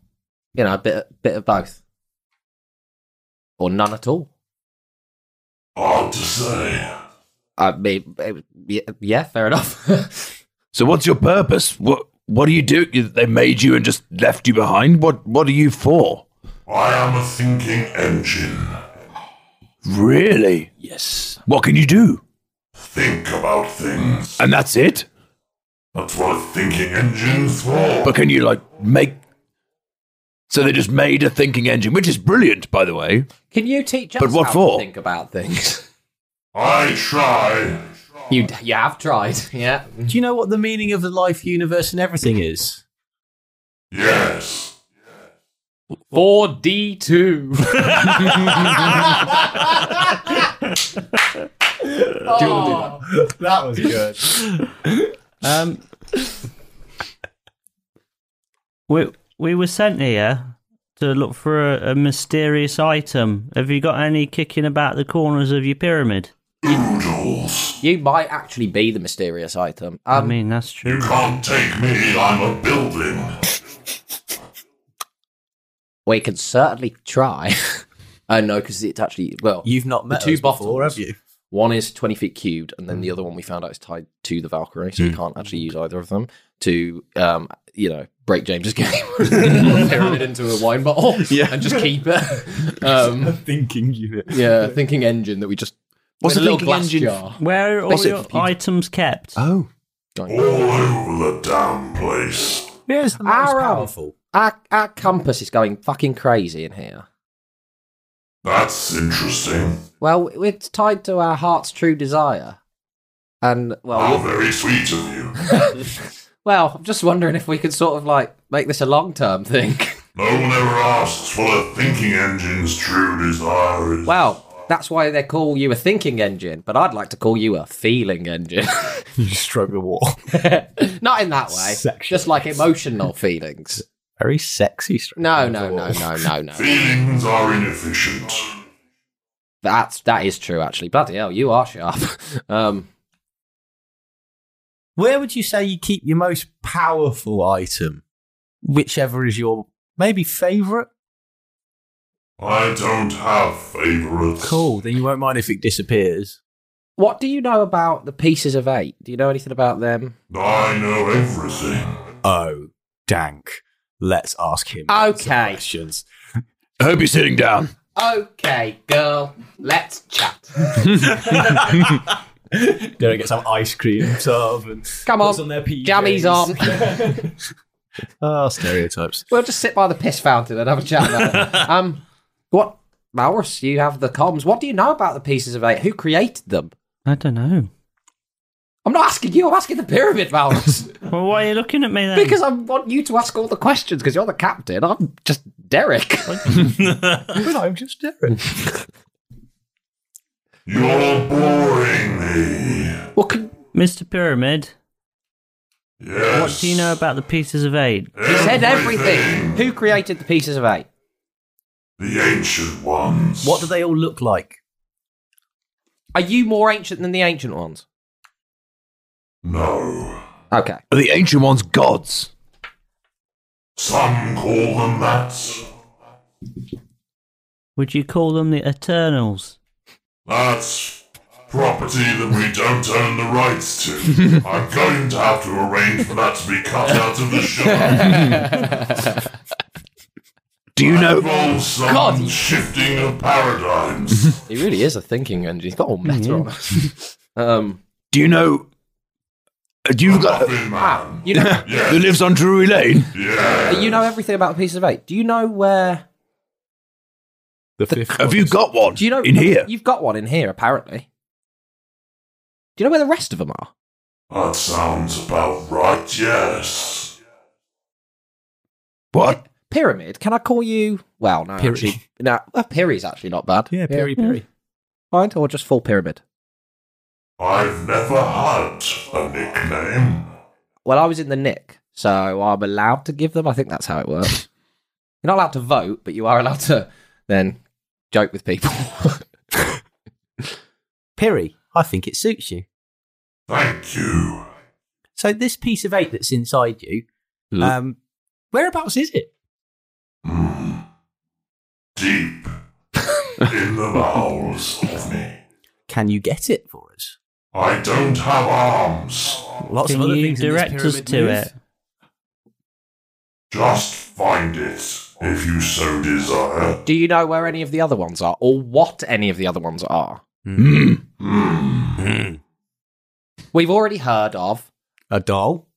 M: you know, a bit, bit of both? Or none at all?
Q: Hard to say.
M: I mean, it- yeah, yeah, fair enough.
C: So what's your purpose? What what do you do? You- They made you and just left you behind? What what are you for?
Q: I am a thinking engine.
C: Really?
Q: Yes.
C: What can you do?
Q: Think about things.
C: And that's it?
Q: That's what a thinking engine's for.
C: But can you like make So they just made a thinking engine, which is brilliant by the way.
M: Can you teach us
C: But what
M: how
C: for?
M: to think about things?
Q: I try.
M: You, you have tried, yeah.
O: Do you know what the meaning of the life, universe, and everything is?
Q: Yes.
M: 4D2.
Q: Oh.
K: that was good.
B: Um, we we were sent here to look for a, a mysterious item. Have you got any kicking about the corners of your pyramid?
M: You might actually be the mysterious item. Um,
B: I mean, that's
Q: You
B: true.
Q: can't take me. I'm a building.
M: we can certainly try. Oh no, because it's actually well.
O: You've not met
M: the two
O: us before,
M: bottles.
O: have you?
M: One is 20 feet cubed, and then the other one we found out is tied to the Valkyrie, so
Q: Hmm.
M: we can't actually use either of them to, um, you know, break James's game. Turn it into a wine bottle
E: Yeah.
M: and just keep it. Um,
O: thinking unit.
M: Yeah, thinking engine that we just.
B: What's
M: with a
B: the
M: little
B: thinking
M: glass
B: engine?
M: jar.
B: Where are all
M: What's it-
B: your items kept?
O: Oh.
Q: All over the damn place.
O: Yes,
M: our, um, Our, our compass is going fucking crazy in here.
Q: That's interesting.
M: Well, it's tied to our heart's true desire. And, well.
Q: How
M: you're-
Q: very sweet of you.
M: Well, I'm just wondering if we could sort of like make this a long term thing.
Q: No one ever asks for a thinking engine's true desire. is-
M: Well, that's why they call you a thinking engine, but I'd like to call you a feeling engine.
O: you stroke the wall.
M: Not in that way. Just like emotional feelings.
O: Very sexy. Stroke.
M: No, no, no, no, no, no.
Q: Feelings are inefficient.
M: That's that is true actually. Bloody hell, you are sharp. Um
O: Where would you say you keep your most powerful item? Whichever is your maybe favourite?
Q: I don't have favourites.
O: Cool, then you won't mind if it disappears.
M: what do you know about the pieces of eight? Do you know anything about them?
Q: I know everything.
O: Oh, dank. Let's ask him.
M: Okay.
O: Questions.
C: I hope you're sitting down.
M: Okay, girl, let's chat.
O: Don't get some ice cream tub and
M: Come on, jammies on.
O: Ah, stereotypes.
M: We'll just sit by the piss fountain and have a chat. about it. um, what, Maurus? You have the comms. What do you know about the pieces of eight? Who created them?
B: I don't know.
M: I'm not asking you. I'm asking the pyramid, Maurus.
B: well, why are you looking at me then?
M: Because I want you to ask all the questions. Because you're the captain. I'm just Derek.
O: but I'm just Derek.
Q: You're boring me.
B: Mr. Pyramid.
Q: Yes.
B: What do you know about the pieces of eight?
M: He said everything. Who created the pieces of eight?
Q: The ancient ones.
O: What do they all look like?
M: Are you more ancient than the ancient ones?
Q: No.
M: Okay.
C: Are the ancient ones gods?
Q: Some call them that.
B: Would you call them the Eternals?
Q: That's property that we don't own the rights to. I'm going to have to arrange for that to be cut out of the show.
C: Do you know?
Q: Involves some shifting of paradigms.
M: he really is a thinking engine. He's got all metal on
O: Mm-hmm.
M: us. um,
C: Do you know? uh, Do you got
M: ah, you know,
C: who lives on Drury Lane?
M: Uh, you know everything about the pieces of eight. Do you know where?
O: The
C: Have you got one?
M: Do you know
C: in here?
M: You've got one in here, apparently. Do you know where the rest of them are?
Q: That sounds about right, yes.
C: What?
M: Pyramid. Can I call you? Well, no.
Q: Piri.
M: Actually, no, well, Piri's actually not bad. Yeah,
Q: Piri, Piri.
M: Fine, or just full pyramid.
Q: I've never had a nickname.
M: Well, I was in the nick, so I'm allowed to give them. I think that's how it works. You're not allowed to vote, but you are allowed to then joke with people.
O: Piri, I think it suits you.
Q: Thank you.
O: So this piece of eight that's inside you,
Q: Mm.
O: um, whereabouts is it?
Q: Hmm. Deep in the bowels of me.
O: Can you get it for us?
Q: I don't have arms.
O: Lots
B: Can
O: of other
B: you
O: things in this
B: direct us
O: pyramid
B: to
O: move.
B: it?
Q: Just find it if you so desire.
M: Do you know where any of the other ones are, or what any of the other ones are?
O: Hmm.
M: We've already heard of.
O: A doll.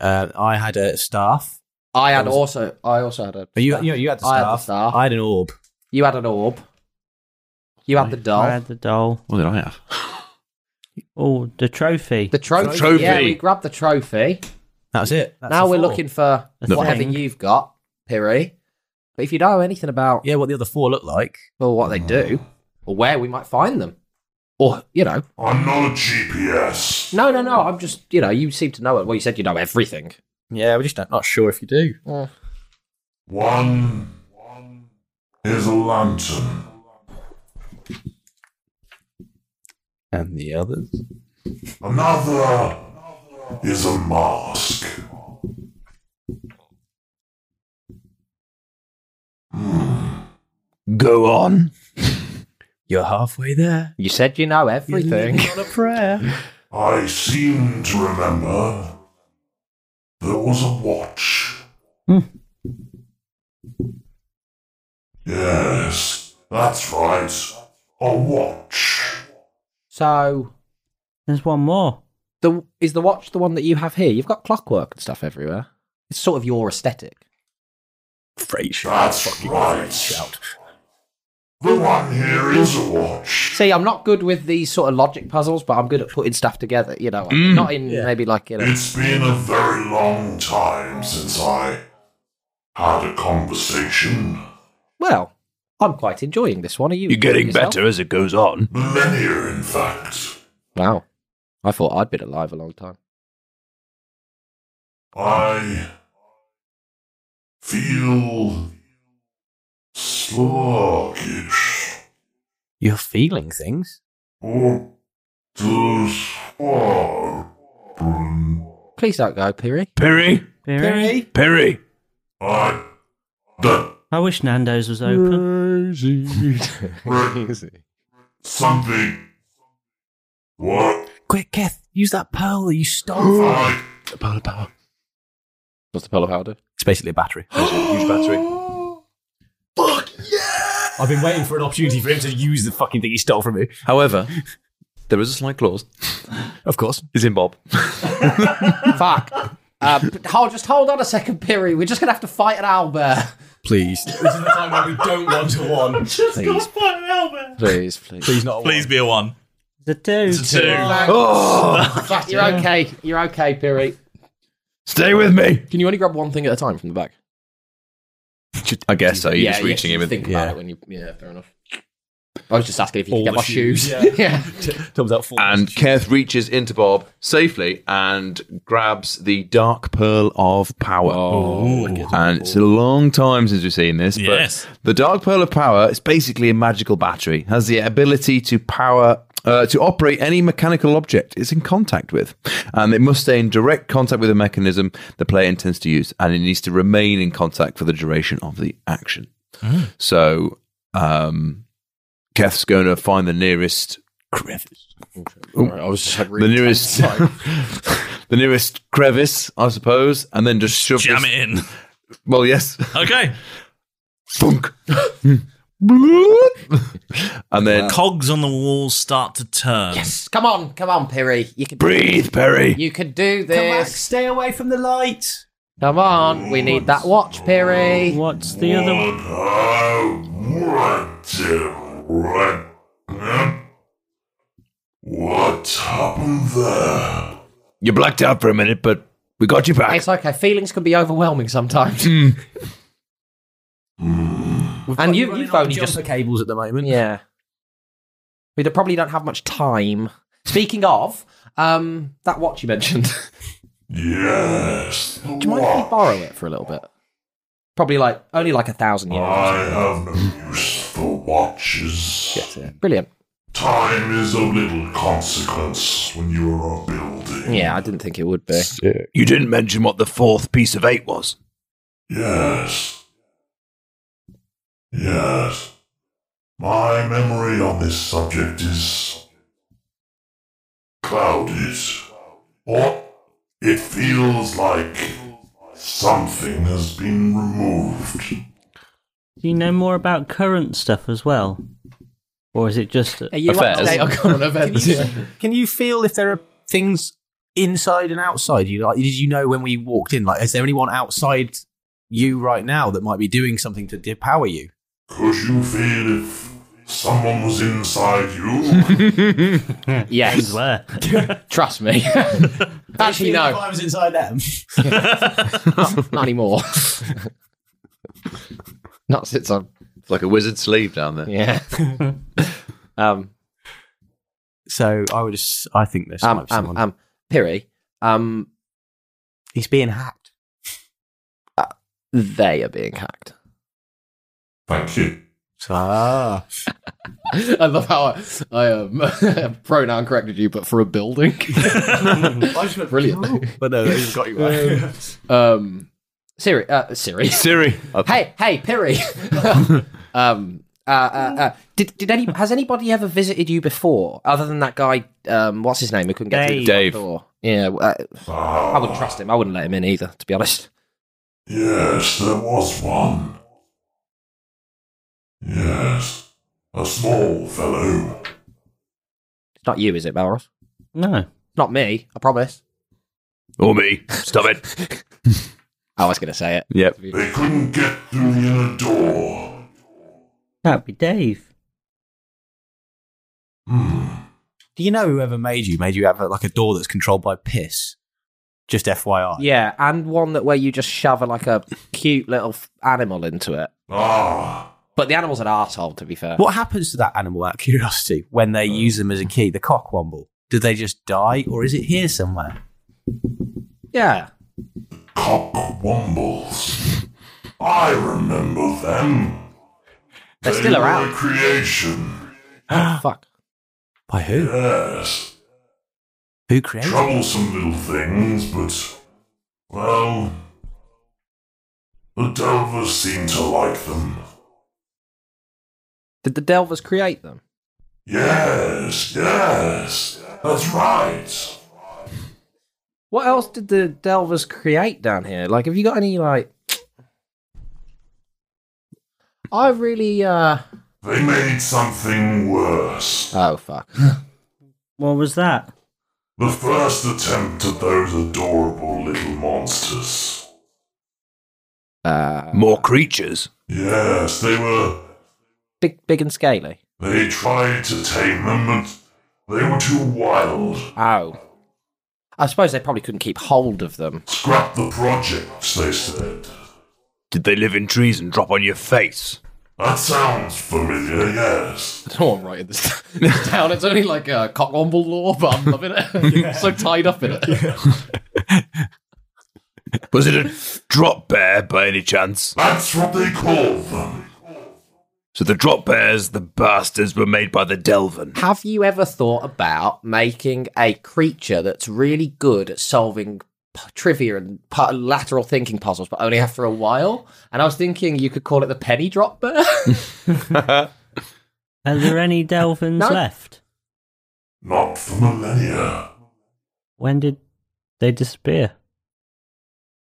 O: Uh, I had a staff.
M: I had
O: There was-
M: also. I also had a.
O: But You, you, you had the
M: I had
O: staff.
M: the staff.
O: I had an orb.
M: You had an orb. You had the doll.
B: I had the doll.
C: What did I have?
B: Oh, the trophy.
M: The trophy. Yeah, we grabbed the trophy.
O: That's it. That's
M: now
O: the
M: we're
O: four.
M: looking for
O: The
M: whatever
O: thing.
M: you've got, Piri. But if you know anything about
O: yeah, what the other four look like,
M: or what they do, or where we might find them, or you know,
Q: I'm not a GPS.
M: no, no, no. I'm just you know, you seem to know it. Well, you said you know everything.
O: Yeah, we're just not, not sure if you do.
Q: One is a lantern.
O: And the others?
Q: Another is a mask.
C: Go on.
O: You're halfway there.
M: You said you know everything.
Q: living
O: on a prayer.
Q: I seem to remember there was a watch. Yes, that's right. A watch.
M: So
B: there's one more.
M: The is the watch the one that you have here? You've got clockwork and stuff everywhere. It's sort of your aesthetic.
O: Frasier.
Q: That's right. The one here is a watch.
M: See, I'm not good with these sort of logic puzzles, but I'm good at putting stuff together. You know,
Q: Mm.
M: not in maybe like you know.
Q: It's been a very long time since I had a conversation.
M: Well, I'm quite enjoying this one. Are you?
U: You're getting
M: yourself?
U: better as it goes on.
Q: Millennia, in fact.
M: Wow, I thought I'd been alive a long time.
Q: I feel sluggish.
O: You're feeling things.
Q: Oh, this oh,
M: Please don't go, Piri.
U: Piri.
B: Piri.
U: Piri.
B: I wish Nando's was open.
Q: something. What?
O: Quick, Keth, use that pearl that you stole from
Q: I-
O: The pearl of power.
M: What's the pearl of power do?
O: It's basically a battery.
C: huge battery.
O: I've been waiting for an opportunity for him to use the fucking thing he stole from me.
C: However, there is a slight clause.
O: Of course.
C: It's in Bob.
M: Fuck. Uh, but hold, just hold on a second, Piri. We're just gonna have to fight an Albert.
O: Please. this is the time where we don't want to one.
M: Just
O: Please.
B: fight an Albert.
M: Please, please.
O: Please not a
I: Please be a one.
B: The two.
I: It's a two.
M: Oh, fuck, you're okay. You're okay, Piri.
U: Stay with me.
M: Can you only grab one thing at a time from the back?
C: I guess so. You're just
M: you
C: reaching him. and-
M: Think about it when you. Yeah, fair enough. I was just asking if you could get my shoes.
O: Yeah. Tom's out four.
C: And Keth reaches into Bob safely and grabs the dark pearl of power. and it's a long time since we've seen this,
I: Yes.
C: but the dark pearl of power is basically a magical battery. Has the ability to power uh, to operate any mechanical object it's in contact with, and it must stay in direct contact with a mechanism the player intends to use, and it needs to remain in contact for the duration of the action. So, um, Keth's going to find the nearest crevice.
M: I was just like
C: the nearest, the nearest crevice, I suppose, and then just shove
I: Jam
C: this-
I: it in.
C: Well, yes,
I: Okay.
C: Funk. and then
I: Cogs on the walls start to turn.
M: Yes. Come on, come on, Piri. You can
I: Breathe, Piri.
M: You can do
I: back,
M: this.
O: stay away from the light.
M: Come on, we need that watch, Piri.
B: What's the other
Q: one? I want to run. What happened there?
U: You blacked out for a minute, but we got you back.
M: It's okay. Feelings can be overwhelming sometimes.
Q: Hmm.
M: and you, you've only just
O: cables at the moment.
M: Yeah, we d- probably don't have much time. Speaking of, um, that watch you mentioned.
Q: Yes.
M: Do you mind if we borrow it for a little bit? Probably like only like a thousand years.
Q: I have no use for watches. Get
M: it. Brilliant.
Q: Time is of little consequence when you are a building.
M: Yeah, I didn't think it would be.
U: You didn't mention what the fourth piece of eight was.
Q: Yes. Yes. My memory on this subject is clouded. Or it feels like something has been removed.
B: Do you know more about current stuff as well, or is it just
O: Are you up to date on current events? Can you- Can you feel if there are things inside and outside you? Like, did you know when we walked in? Like, is there anyone outside you right now that might be doing something to depower you?
Q: Could you feel if someone was inside you?
M: Yes. Trust me. Actually, no.
O: I was inside them.
M: not, not anymore. not since I'm.
C: It's like a wizard's sleeve down there.
M: Yeah. um.
O: So I would just. I think there's
M: Um.
O: might be
M: Um.
O: someone.
M: um Piri. Um.
O: He's being hacked.
M: uh, They are being hacked.
Q: Thank you.
O: Ah.
M: I love how I, I um, pronoun corrected you, but for a building. Brilliant.
O: But no, they've got you right.
M: um, Siri. Uh, Siri.
U: Siri.
M: Hey, hey, Piri. um, Uh, uh, uh, did did any has anybody ever visited you before other than that guy? Um, what's his name? Who couldn't get through the front
Q: Dave. Dave.
M: door? Yeah, uh, I wouldn't trust him. I wouldn't let him in either, to be honest.
Q: Yes, there was one. Yes, a small fellow.
M: It's not you, is it, Melrose?
B: No,
M: not me. I promise.
C: Or me. Stop it.
M: I was going to say it.
C: Yep.
Q: They couldn't get through the inner door.
B: That'd be Dave.
O: Do you know whoever made you made you have like a door that's controlled by piss? Just FYI.
M: Yeah, and one that where you just shove a, like a cute little f- animal into it.
Q: Ah.
M: But the animal's an arsehole, to be fair.
O: What happens to that animal out of curiosity when they use them as a key, the cockwomble? Do they just die or is it here somewhere?
M: Yeah.
Q: Cockwombles. I remember them.
M: They're
Q: They
M: still
Q: were
M: around.
Q: A creation.
M: fuck.
O: By who?
Q: Yes.
O: Who created them?
Q: Troublesome little things, but. Well. The Delvers seem to like them.
M: Did the Delvers create them?
Q: Yes, yes. That's right.
M: What else did the Delvers create down here? Like, have you got any like? I really uh.
Q: They made something worse.
M: Oh fuck.
B: What was that?
Q: The first attempt at those adorable little monsters.
M: Uh,
C: More creatures.
Q: Yes, they were.
M: Big, big and scaly.
Q: They tried to tame them, but they were too wild.
M: Oh. I suppose they probably couldn't keep hold of them.
Q: Scrap the projects, they said.
C: Did they live in trees and drop on your face?
Q: That sounds familiar, yes.
E: I don't know why Oh, I'm writing this down. It's only like a cockwomble law, but I'm loving it. so tied up in it.
C: Was it a drop bear by any chance?
Q: That's what they call them.
C: So the drop bears, the bastards, were made by the Delvin.
M: Have you ever thought about making a creature that's really good at solving p- trivia and pu- lateral thinking puzzles, but only after a while? And I was thinking you could call it the penny drop bear.
B: Are there any Delphins
M: No.
B: left?
Q: Not for millennia.
B: When did they disappear?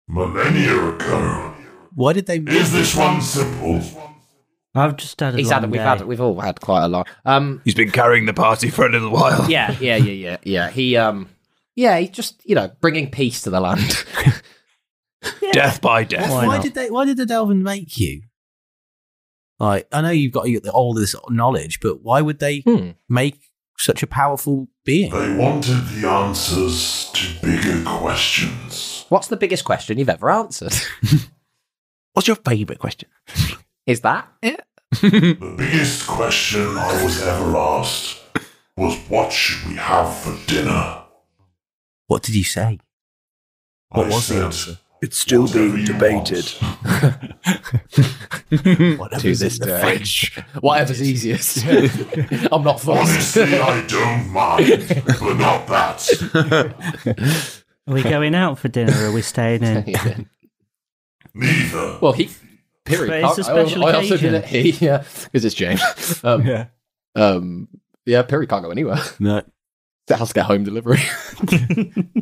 Q: Millennia ago.
O: Why did they?
Q: Is this one simple?
B: I've just had a
M: He's
B: long
M: had,
B: day.
M: we've had, we've all had quite a lot. Um,
C: He's been carrying the party for a little while.
M: yeah, yeah, yeah, yeah, yeah. He, um, yeah, he just you know bringing peace to the land.
C: Death by death.
O: Why, did they? Why did the Delvin make you? Like, I know you've got you got all this knowledge, but why would they
M: Hmm.
O: make such a powerful being?
Q: They wanted the answers to bigger questions.
M: What's the biggest question you've ever answered?
T: What's your favourite question?
M: Is that it?
Q: the biggest question I was ever asked was what should we have for dinner?
O: What did you say? What
Q: I
O: was
Q: said,
O: the answer?
C: It's still being debated.
O: Whatever is in the fridge.
E: Whatever's easiest. I'm not fussed.
Q: Honestly, I don't mind, but not that.
B: Are we going out for dinner or are we staying in?
Q: Neither.
E: Well, he. Period.
B: But it's a
E: I- I al-
B: special
E: I, also
B: occasion.
E: did it. He, yeah, because it's James. Um, yeah. Um, yeah, Perry can't go anywhere.
O: No.
E: That has to get home delivery.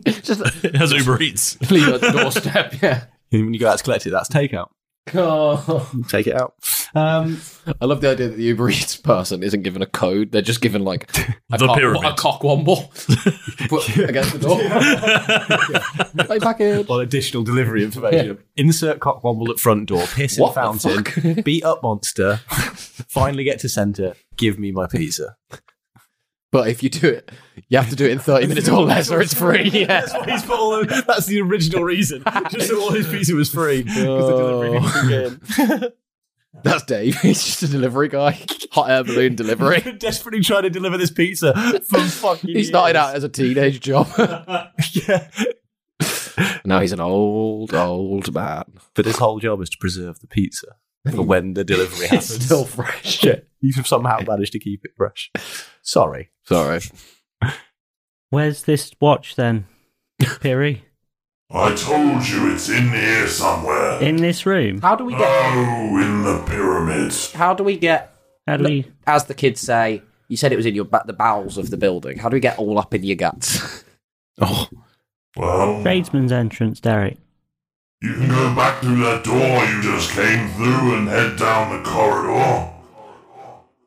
E: Just
I: As Uber Eats.
E: leave it at the doorstep. Yeah.
O: And when you go out to collect it, that's takeout.
E: Oh.
O: Take it out. Um,
E: I love the idea that the Uber Eats person isn't given a code; they're just given like a,
I: The
E: cock,
I: pyramid.
E: a cockwomble put against the door. Hey, package.
O: on additional delivery information. Insert cockwomble at front door, piss in
E: What the
O: fountain, beat up monster, finally get to centre, give me my pizza.
E: But if you do it, you have to do it in thirty minutes or less, or it's free. Yeah.
O: That's why he's put all the, That's the original reason. Just so all his pizza was free. 'cause the delivery didn't come in.
M: Oh.
E: That's Dave. He's just a delivery guy. Hot air balloon delivery.
O: Desperately trying to deliver this pizza for fucking.
E: He started out as a teenage job.
O: yeah.
E: now he's an old, old man.
O: But his whole job is to preserve the pizza for when the delivery
E: It's
O: happens.
E: still fresh.
O: yeah, you've somehow managed to keep it fresh. Sorry.
E: Sorry.
B: Where's this watch then, Piri?
Q: I told you it's in here somewhere.
B: In this room?
M: How do we get?
Q: Oh, in the pyramid.
M: How do we get
B: How do we?
M: As the kids say, you said it was in your ba- the bowels of the building. How do we get all up in your guts?
P: oh,
Q: well,
B: tradesman's entrance, Derek.
Q: You can go back through that door you just came through and head down the corridor.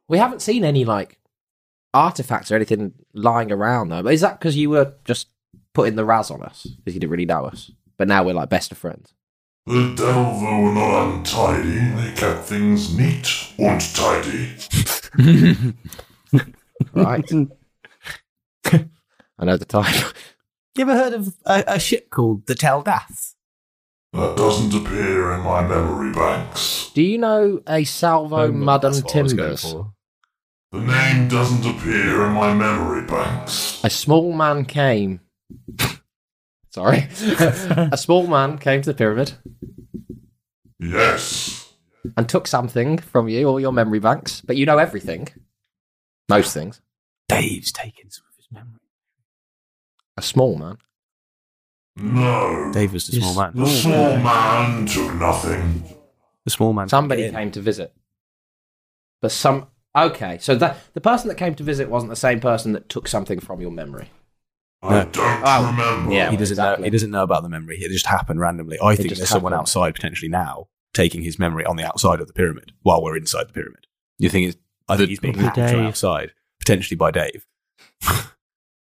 M: We haven't seen any like artifacts or anything lying around though. But is that because you were just putting the raz on us because you didn't really know us? But now we're like best of friends.
Q: The devil though were not untidy, they kept things neat and tidy.
M: right. I know the title.
O: You ever heard of a, a ship called the Teldath?
Q: That doesn't appear in my memory banks.
M: Do you know a salvo mud and
Q: what I was going
M: timbers?
Q: The name doesn't appear in my memory banks.
M: A small man came. Sorry. a small man came to the pyramid
Q: Yes.
M: and took something from you, all your memory banks, but you know everything. Most things.
O: Dave's taken some of his memory.
M: A small man.
Q: No.
O: Dave was the small man.
Q: The small man took nothing.
O: The small man.
M: Somebody came to visit. But some. Okay, so that the person that came to visit wasn't the same person that took something from your memory.
Q: I don't
M: Oh,
Q: remember.
M: Yeah,
O: he doesn't know. He doesn't know about the memory. It just happened randomly. I
M: It
O: think
M: just
O: there's someone
M: happened.
O: outside potentially now taking his memory on the outside of the pyramid while we're inside the pyramid. You think it's? I think he's being
B: probably
O: hacked from
B: Dave.
O: outside, potentially by Dave.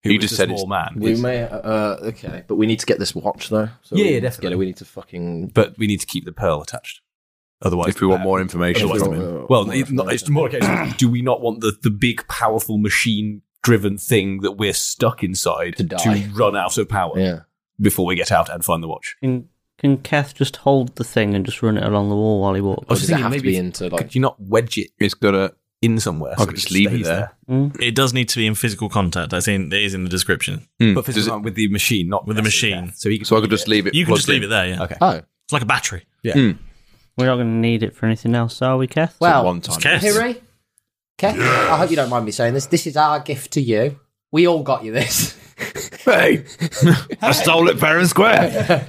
O: Who
P: You
O: was
P: just
O: the
P: said
O: small
P: it's-
O: man.
M: We may. Uh, uh, okay, but we need to get this watch though. So we
O: Yeah, yeah,
M: need to get
O: definitely.
M: it, we need to fucking.
O: but we need to keep the pearl attached. Otherwise,
P: If we want more information
O: otherwise-
P: from him.
O: well, it's, not, it's more a case of, do we not want the, the big, powerful machine-driven thing that we're stuck inside to,
B: die.
O: run out of power before we get out and find the watch?
B: Can can Keth just hold the thing and just run it along the wall while he walks?
O: I was just thinking maybe could you not wedge it? It's gotta in somewhere. so just stays
I: It does need to be in physical contact. I think it is in the description.
O: Mm. But physical with the machine, not
I: with the machine.
O: So, you can
I: I could just
P: leave it
I: You can
P: plugged
I: just leave
P: in.
I: it there. Yeah.
O: Okay.
M: Oh,
I: it's like a battery.
O: Yeah.
B: Hmm. We're not going to need it for anything else, are we, Keth?
M: Well, Hiri, Keth, I hope you don't mind me saying this. This is our gift to you. We all got you this.
P: Hey, I stole it fair and square.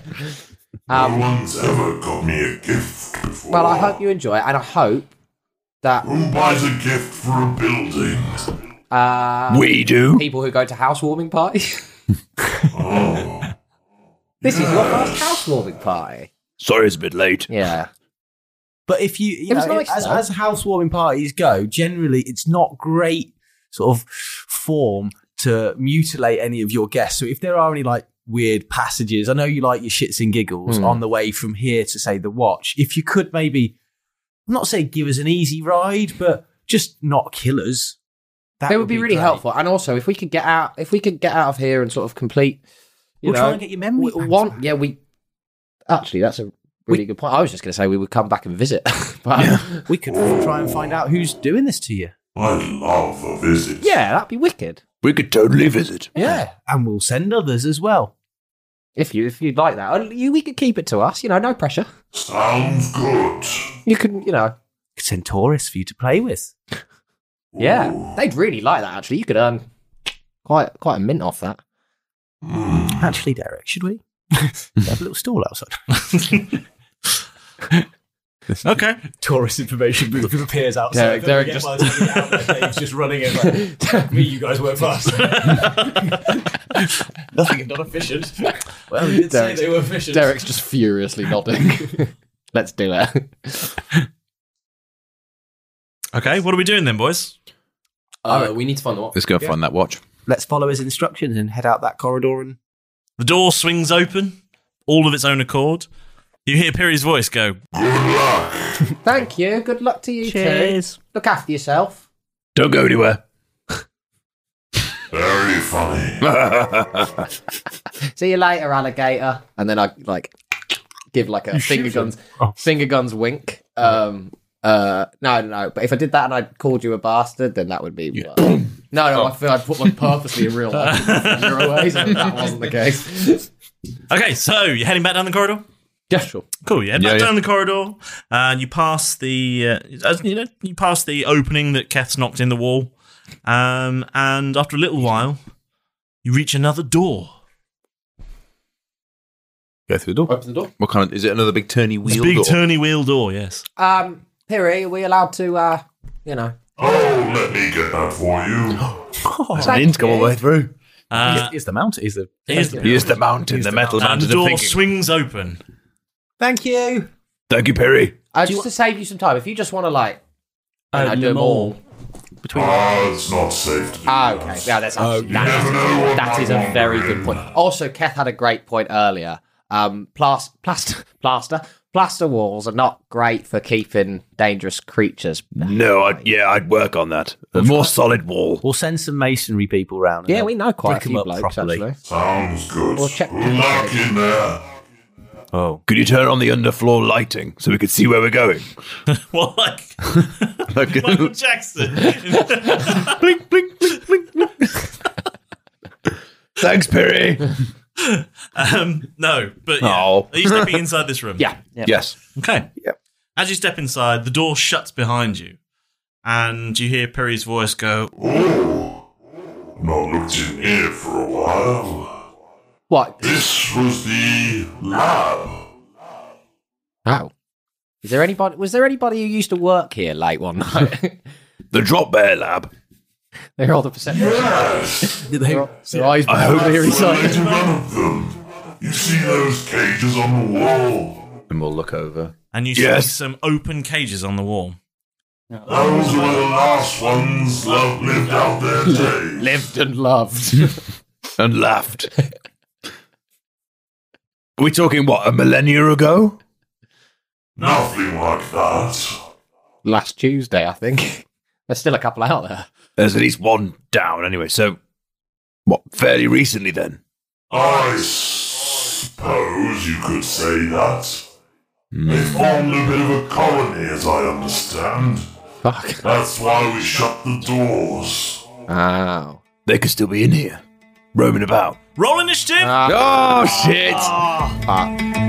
M: Um,
Q: no one's ever got me a gift before.
M: Well, I hope you enjoy it, and I hope that
Q: Who buys a gift for a building?
M: uh,
Q: We do.
M: people who go to housewarming parties.
Q: oh.
M: This is your first housewarming party.
P: Sorry, it's a bit late.
M: Yeah.
O: But if you, you
M: It was
O: know,
M: nice,
O: as,
M: though.
O: as housewarming parties go, generally it's not great sort of form to mutilate any of your guests. So if there are any like weird passages, I know you like your shits and giggles
M: Hmm.
O: on the way from here to say the watch. If you could maybe, I'm not say give us an easy ride, but just not kill us. That
M: they would be, really
O: great.
M: helpful. And also, if we could get out, if we could get out of here and sort of complete, you
O: We'll
M: know,
O: try and get your memory.
M: we- one, yeah, we actually that's a really good point. I was just going to say we would come back and visit, but
O: we could try and find out who's doing this to you.
Q: I love a visit.
M: yeah, that'd be wicked.
P: We could totally visit.
O: Yeah, Uh, and we'll send others as well.
M: If you if you'd like that, Or you, we could keep it to us. You know, no pressure.
Q: Sounds good.
M: You can, you know,
O: Centaurus for you to play with.
M: yeah, they'd really like that. Actually, you could earn quite quite a mint off that.
Q: Hmm.
O: Actually, Derek, should we have a little stall outside?
I: Okay.
O: Tourist information booth appears
M: outside. Derek- Derek just-
O: Dave's just running in. Like, Me, you guys work fast. Nothing, not efficient. Well, you did
M: Derek's-
O: say they were efficient.
M: Derek's just furiously nodding. Let's do it.
I: Okay. What are we doing then, boys?
M: Uh, we need to find the
P: Let's go find that watch.
O: Let's follow his instructions and head out that corridor. And
I: The door swings open, all of its own accord. You hear Piri's voice go,
M: Thank you. Good luck to you
I: Cheers.
M: two. Look after yourself.
P: Don't go anywhere.
Q: Very funny.
M: See you later, alligator. And then I like give like a
E: You shoot
M: finger
E: him. Oh.
M: guns, finger guns wink. Um, uh, no, no, no. But if I did that and I called you a bastard, then that would be. worse. Oh, no, no. I feel I'd put one purposely in real life you're away, so that wasn't the case.
I: Okay, so you're heading back down the corridor?
M: Yeah, sure.
I: Cool, you head
P: Yeah,
I: back
P: yeah.
I: down the corridor, and you pass the uh, as- you know you pass the opening that Keth's knocked in the wall, um, and after a little while, you reach another door.
P: Go through the door.
M: Open the door.
P: What kind of is it? Another big turny
I: It's a
P: wheel
I: big
P: door?
I: turny wheel door, yes.
M: Um, Piri, are we allowed to? Uh, you know,
Q: Oh, let me get that for you.
C: That's an inch all the way through.
I: Uh,
O: Here's the mountain. Here's the,
I: Here's the-
C: Here's the mountain, the metal
I: and
C: mountain
I: the
C: of
I: door
C: thinking.
I: swings open.
M: Thank you.
C: Thank you, Perry.
M: Uh, just to save you some time, if you just want to like, I know, do them all.
Q: Between ah, it's not safe to do
M: Ah, okay. Yeah, that's actually, that is- that is a very good point. Also, Keth had a great point earlier. Um, plas- plaster, plaster, plaster walls are not great for keeping dangerous creatures.
C: No, I, yeah, I'd work on that. A more solid wall.
O: We'll send some masonry people round.
M: Yeah, we know quite a
O: brick 'em
M: few
O: up
M: blokes,
O: properly.
M: actually.
Q: Sounds good.
M: We'll check.
Q: Luck in there.
C: Oh. Could you turn on the underfloor lighting so we could see where we're going?
I: what, like
C: Like,
I: Michael Jackson?
C: Thanks, Perry.
I: um, no, but yeah.
C: Oh.
I: are you stepping inside this room?
C: Yeah. Yeah. Yes.
I: Okay. As you step inside, the door shuts behind you, and you hear Perry's voice go,
Q: Not looked in here for a while.
M: What?
Q: This was the lab.
M: Oh, is there anybody? Was there anybody who used to work here late one night?
C: the Drop Bear Lab.
M: They're all the perception.
Q: Yes.
M: Did they? Their eyes
Q: I hope
M: were very
Q: that's
M: excited.
Q: related to none of them. You see those cages on the wall?
C: and we'll look over.
I: and you see
C: yes.
I: some open cages on the wall.
Q: Those were the last ones love lived out their days.
M: lived and loved.
C: and laughed. Are we talking what a millennia ago?
Q: Nothing like that.
M: Last Tuesday, I think. There's still a couple out there.
C: There's at least one down anyway. So what? Fairly recently then.
Q: I suppose you could say that. They formed a bit of a colony, as I understand.
M: Fuck.
Q: That's why we shut the doors.
M: Wow.
C: They could still be in here, roaming about.
I: Roll initiative.
M: Ah.
I: Ah.
C: oh shit!
Q: Ah.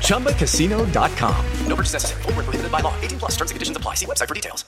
V: ChumbaCasino.com.
N: No purchase necessary. Void where prohibited by law. 18 plus terms and conditions apply. See website for details.